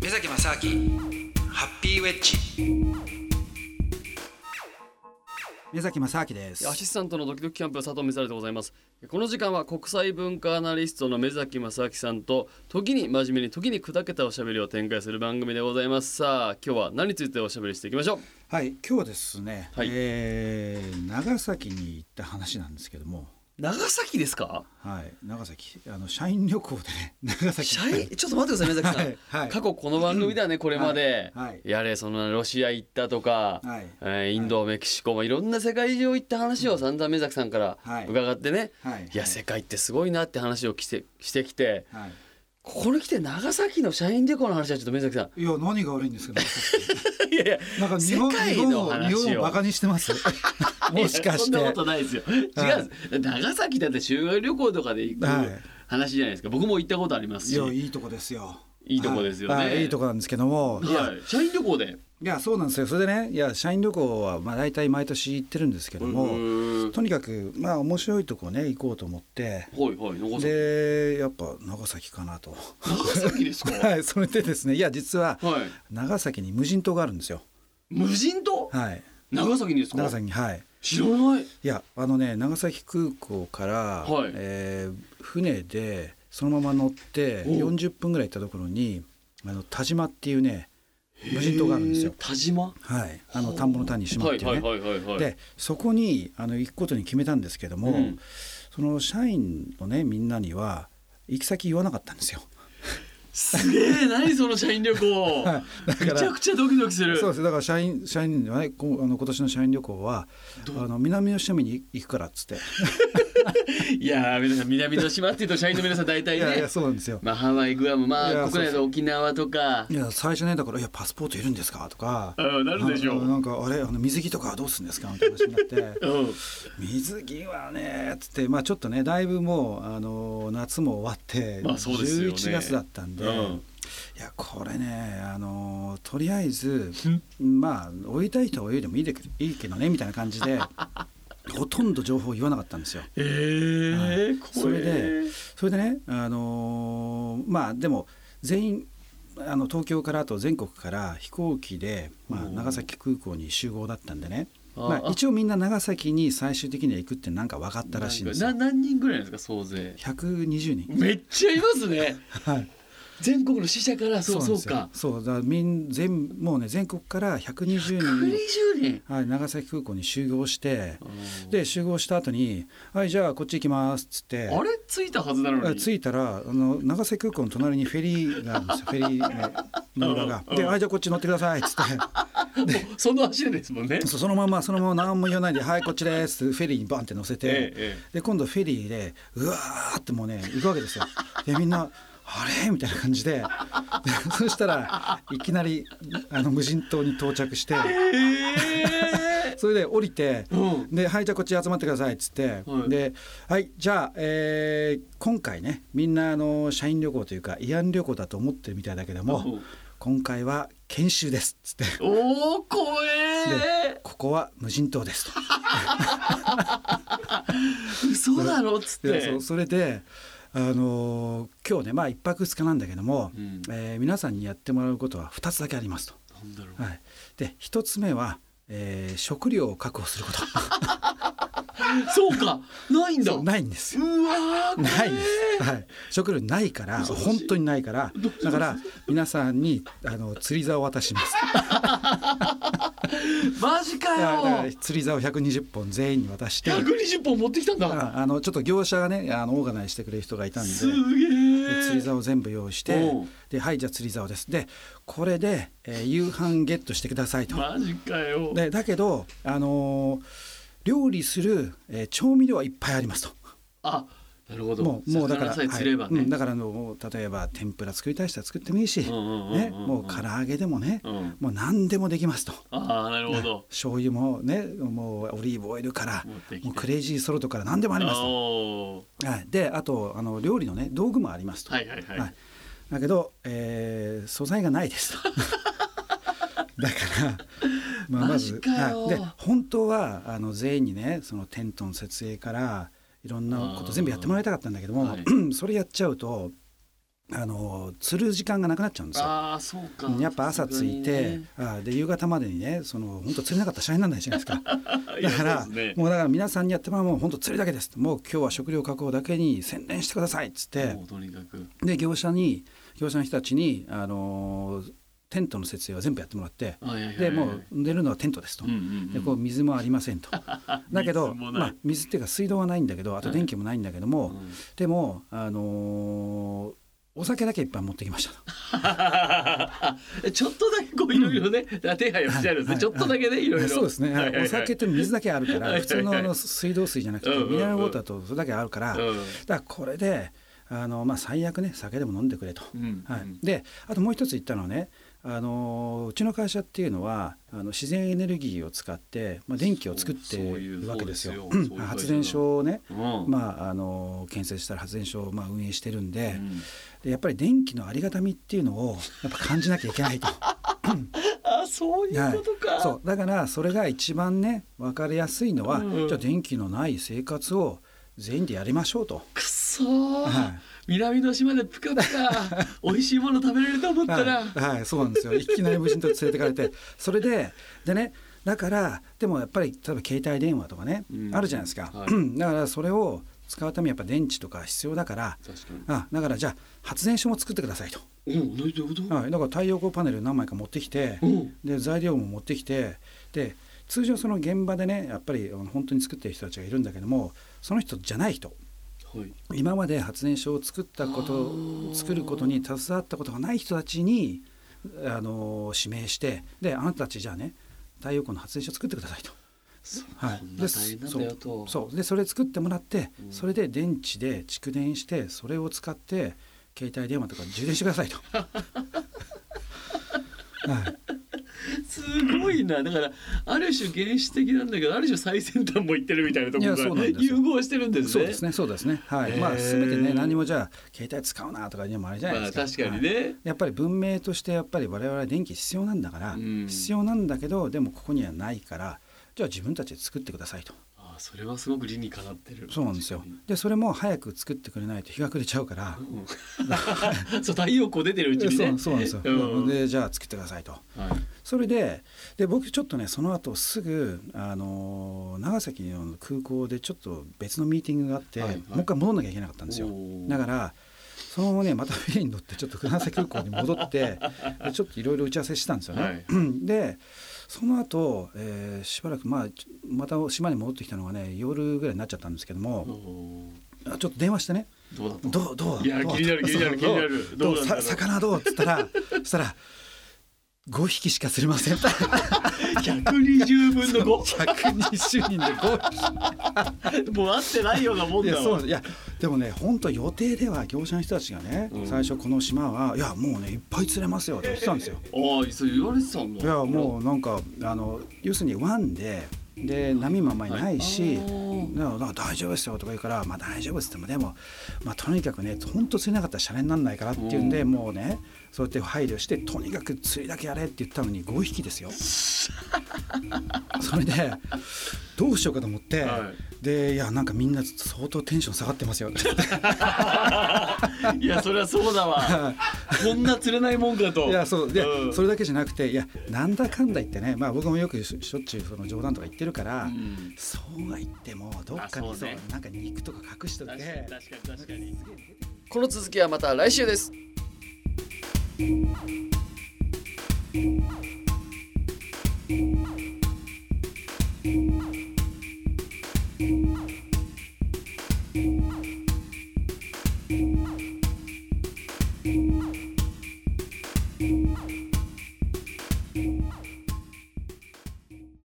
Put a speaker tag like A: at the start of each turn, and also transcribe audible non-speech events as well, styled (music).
A: 目崎正明ハッピーウェッジ目崎正明です
B: アシスタントのドキドキキャンプ佐藤美沙でございますこの時間は国際文化アナリストの目崎正明さんと時に真面目に時に砕けたおしゃべりを展開する番組でございますさあ今日は何についておしゃべりしていきましょう
A: はい今日はですね、
B: はい
A: えー長崎に行った話なんですけども
B: 長崎ですか
A: はい長崎あの社員旅行でね (laughs) 長崎
B: シャイちょっと待ってください目崎さん、
A: はいはい
B: 過去この番組ではねこれまで、
A: はいはい
B: やれそのロシア行ったとか、
A: はい
B: えーインド、メキシコ、まあ、いろんな世界中行った話を散々目崎さんから
A: はい
B: 伺ってね、
A: はい
B: や世界ってすごいなって話をきてしてきて、
A: はい
B: ここに来て長崎の社員旅行の話はちょっと目崎さん
A: いや何が悪いんです
B: (laughs)
A: か、ね、
B: いやいや
A: なんか日本
B: 世界
A: 日本
B: の
A: を
B: 話
A: 日
B: を
A: 本をバカにしてます
B: (laughs)
A: もしかし
B: いやそんな
A: て
B: ことないですよ違うんです、長崎だって修学旅行とかで行く
A: はい
B: 話じゃないですか僕も行ったことありま
A: い
B: すし
A: やいいとこですよ
B: いいとこですよね
A: はいはいいいとこなんですけどもいや
B: はい、社員旅行で
A: いやそうなんですよそれでねいや社員旅行はまあ大体毎年行ってるんですけど
B: う
A: も
B: ーん
A: とにかくまあ面白いとこね行こうと思って
B: はいはい長崎
A: でやっぱ長崎かなと
B: 長
A: (laughs)
B: 崎ですかはい
A: はいそれでですねいや実は長崎に無人島があるんですよ
B: 無人島
A: はい
B: 長崎にですか
A: 長崎にはい
B: 知らない
A: いやあのね長崎空港から、
B: はい
A: えー船でそのまま乗って
B: お
A: 40分ぐらい行ったところにあの田島っていうね無人島があるんですよ
B: へー。田島
A: はい、あの田んぼの田に島っていうね、
B: はいはいはいはいはい
A: でそこにあの行くことに決めたんですけども、
B: うん
A: その社員のねみんなには行き先言わなかったんですよ。
B: すげえ何その社員旅行、
A: (laughs) はいだから
B: めちゃくちゃドキドキする
A: そうですだから社員社員はねこうあの今年の社員旅行はあの南の島に行くからっつって。
B: いやー皆さん南の島っていうと社員の皆さん大体
A: い
B: ね
A: やいやそうなんですよ。
B: まあ、ハワイグアム
A: い
B: ま
A: や
B: あ国内の沖縄とか
A: いや最初ねだから「いやパスポートいるんですか?」とか
B: うんなるでしょう
A: あのなんか「あれあの水着とかはどうするんですか?」みたいな話になって
B: うん
A: 「水着はね」っつってまあちょっとねだいぶもうあの夏も終わって、
B: まあそうですよね
A: 11月だったんで、
B: うん
A: いやこれねあのとりあえずまあ泳いだい人は泳いでもいいでいいけどねみたいな感じ
B: (laughs)
A: でほとんど情報を言わなかったんですよ。
B: ええ
A: はい
B: ー、怖え
A: それでそれでね、あのーまあでも全員あの東京からあと全国から飛行機で、まあ、
B: うん
A: 長崎空港に集合だったんでね、
B: あ
A: まあ、
B: あ
A: 一応みんな長崎に最終的には行くってなんか分かったらしいんですよ
B: な何人ぐらいなんですか総勢
A: 120人、
B: (laughs) めっちゃいます
A: (laughs)
B: ね
A: はい、
B: 全国の死者からそうそう
A: なん
B: か
A: ですよそうだからみん全もうね全国から120人、
B: 120人
A: はい、長崎空港に集合して
B: うん
A: で集合した後に「はいじゃあこっち行きます」っつって
B: あれ着いたはずなの
A: あ
B: に
A: 着いたらあの長崎空港の隣にフェリーがあるんです
B: (laughs)
A: よフェリーねの裏が。で「あじゃあこっち乗ってください」っつって
B: もうその足でですもんね
A: そうそのままそのまま何も言わないで「はいこっちです」ってフェリーにバンって乗せて、
B: えええ
A: で今度フェリーでうわーってもうね行くわけですよ。でみんな「あれ?」みたいな感じででそしたらいきなりあの無人島に到着して
B: ええ
A: それで降りて。
B: ー、うん
A: で「はいじゃあこっち集まってください」っつって、
B: はい
A: で「はいじゃあ、えー今回ねみんなあの社員旅行というか慰安旅行だと思ってるみたいだけども、
B: うん
A: 今回は研修です」っつって
B: おお怖
A: で
B: え
A: 「ここは無人島です」と。
B: 嘘だろっつっ
A: で
B: て
A: そうそれであのー今日ねまあ1泊2日なんだけども、
B: うん
A: えー皆さんにやってもらうことは2つだけありますと。
B: なんだろう
A: はい、で1つ目は、えー食料を確保する
B: (laughs)
A: こと
B: そうかないんだ
A: そうないんですよ
B: うわー怖え
A: ないです、はい、食料ないから
B: 恐ろしい
A: 本当にないからだから皆さんにあの釣り竿を渡し
B: (laughs)
A: ます
B: マジ
A: だからだか
B: からよ
A: 釣り竿120本全員に渡して
B: 120本持ってきたんだ
A: ああのちょっと業者がねあのオーガナイズしてくれる人がいたんです
B: げ
A: で釣り
B: え
A: 竿を全部用意して
B: おう
A: ではいじゃあ釣り竿ですでこれで、えー夕飯ゲットしてくださいと
B: マジかよ
A: でだけどあのー料理する、えー調味料はいっぱいありますと。
B: あなるほど
A: もうもうだから、
B: 魚さえ釣ればね、
A: はいうん、だからあのもう例えば天ぷら作りたい人は作ってもいいし、
B: んうんうんうん
A: ね、もう唐揚げでもね、
B: うん
A: もう何でもできますと。
B: ああなるほど
A: 醤油もねもうオリーブオイルから
B: 持ってきて
A: もうクレイジーソルトから何でもありますと
B: お
A: はい、であとあの料理のね道具もありますと、
B: ーはいはいはい、
A: はいだけど、えー素材がないです
B: (laughs)
A: とだから、まあ、まず
B: マジかよ
A: はいで本当はあの全員にねそのテントの (clears throat) 設営からいろんなこと全部やってもらいたかったんだけども、
B: あー
A: それやっちゃうとあの釣る時間がなくなっちゃうんですよ。
B: ああそうか
A: うんやっぱ朝着いて、
B: さ
A: あで夕方までにねその本当釣れなかったら社員にならないじゃないですか
B: すがにね
A: だから
B: (laughs) いやそうですね
A: もうだから皆さんにやってもらうもう本当釣りだけですもう今日は食料確保だけに専念してくださいっつって
B: もうとにかく
A: で業者に業者の人たちに、あのーテントの設営は全部やってもらって
B: あいやいやいや
A: でもう寝るのはテントですと、
B: うんうんう
A: で
B: ん (laughs)
A: こう水もありませんとだけど
B: 水もない
A: まあ、水っていうか水道はないんだけどあと電気もないんだけども、
B: うん
A: でも、あのーお酒だけいっぱい持ってきましたと
B: ちょっとだけこういろいろね、手配をしてあるん
A: は
B: ですね、
A: い
B: (laughs) ちょっとだけねいろいろ
A: そうですね、
B: はいはいはい
A: お酒って水だけあるか
B: はいはいは
A: ら
B: い
A: 普通のあの水道水じゃなくて
B: うんうんうん
A: ミネラルウォーターとそれだけあるから、だか
B: う
A: らこれであの、まあ、最悪ね酒でも飲んでくれと、
B: んうん
A: はい、であともう一つ言ったのはねあのうちの会社っていうのはあの自然エネルギーを使って、まあ、電気を作って
B: そうそうい
A: いうるわけですよ。
B: そうですよ
A: うん
B: そういう会社だ
A: 発電所をね、
B: うん
A: まあ、あの建設したら発電所をまあ運営してるんで,、
B: うん
A: でやっぱり電気のありがたみっていうのをやっぱ感じなきゃいけないと。
B: あそういうことか、
A: そうだからそれが一番ね分かりやすいのは、
B: うん
A: じゃあ電気のない生活を全員でやりましょうと。
B: くそー、
A: はい
B: 南の島でぷかぷ (laughs) か美味しいもの食べれると思ったら、
A: はい、はい、そうなんですよいきなり無人島連れてか
B: (laughs)
A: れてそれででねだからでもやっぱり例えば携帯電話とかね、
B: うん
A: あるじゃないですか、
B: は
A: (clears throat) だからそれを使うためにやっぱ電池とか必要だから
B: 確か
A: あだからじゃあ発電所も作ってくださいと、
B: にうんどういうこと、
A: はい、だから太陽光パネル何枚か持ってきて、
B: うん
A: で材料も持ってきてで通常その現場でねやっぱりあの本当に作ってる人たちがいるんだけどもその人じゃない人
B: はい
A: 今まで発電所を作ったこと
B: あー
A: 作ることに携わったことがない人たちにあの指名してであなたたちじゃあね太陽光の発電所作ってくださいと。
B: そ
A: はい
B: こん、な
A: で
B: 大変なんだよと
A: そうそうでそれ作ってもらって、
B: うん
A: それで電池で蓄電してそれを使って携帯電話とか充電してくだ
B: (laughs)
A: さいと。はい
B: すごいなだからある種原始的なんだけどある種最先端も行ってるみたいなとこ
A: いやそ
B: ろ
A: う
B: が
A: なんですよ
B: 融合してるんです
A: そう
B: ね。
A: ですね、そうですね。はい。
B: へー
A: まあ全てね何もじゃあ携帯使うなとかでもあれじゃない
B: ま
A: で
B: あ
A: すか。
B: 確かに
A: はい
B: ね、
A: やっぱり文明としてやっぱり我々は電気必要なんだから、
B: うん
A: 必要なんだけどでもここにはないからじゃあ自分たちで作ってくださいと
B: あそれはすごく理にかなってる
A: そうなんですよ
B: 確か
A: でそれも早く作ってくれないと日が暮れちゃうから、
B: にうん (laughs) そう太陽光出てるうちに
A: そ
B: ね
A: うそうなんですよ、
B: うん
A: でじゃあ作ってくださいと
B: はい
A: それでで僕ちょっとねその後すぐ、あのー長崎の空港でちょっと別のミーティングがあって、
B: はいはい
A: もう一回戻んなきゃいけなかったんですよ
B: おー
A: だからそのままねまたフェリーに乗ってちょっと船崎空港に戻って
B: (laughs)
A: でちょっといろいろ打ち合わせしてたんですよね。
B: はい
A: (clears throat) でその後、えーしばらく、まあ、ちまた島に戻ってきたのがね夜ぐらいになっちゃったんですけども、
B: お
A: あちょっと電話してね
B: どうだ
A: 「
B: った
A: どうどう
B: いや
A: どう
B: 気になる気にな
A: (laughs) そ
B: る
A: う
B: 気になる
A: ど
B: ど
A: う
B: うなんだろ
A: さ
B: う
A: 魚どう?」っつったらそしたら「5匹しか釣れませ
B: (laughs)
A: ん」
B: 120分の5
A: (laughs) 120人で5匹
B: もう合ってないようなもん
A: いや
B: だわ
A: そうなんですいやでもね本当予定では業者の人たちがね、
B: うん
A: 最初この島はいやもうねいっぱい釣れますよって言ってたんですよ。
B: ああそう言われてたんだ
A: いやもうなんかあの要するに湾でで波もあんまりないし、
B: はいあー
A: だからだから大丈夫ですよとか言うから「まあ大丈夫です」ってもでも、まあ、とにかくね本当釣れなかったらシャレにならないからっていうんで、
B: う
A: もうねそうやって配慮してとにかく釣りだけやれって言ったのに5匹
B: (laughs)
A: ですよ。それでどうしようかと思って、
B: は
A: でいやなんかみんな相当テンション下がってますよ。
B: (laughs) いやそりゃそう
A: (laughs)
B: だわこんな釣れないもんかと
A: いやそうで、
B: うん
A: それだけじゃなくていやなんだかんだ言ってね、まあ、僕もよくししょっちゅうその冗談とか言ってるから、
B: うん
A: そうは言ってもどっか
B: あ
A: に
B: そ
A: そうう
B: ね
A: なんか肉とか隠しとい
B: 確か
A: て
B: に。確かに確かに
C: この続きはまた来週です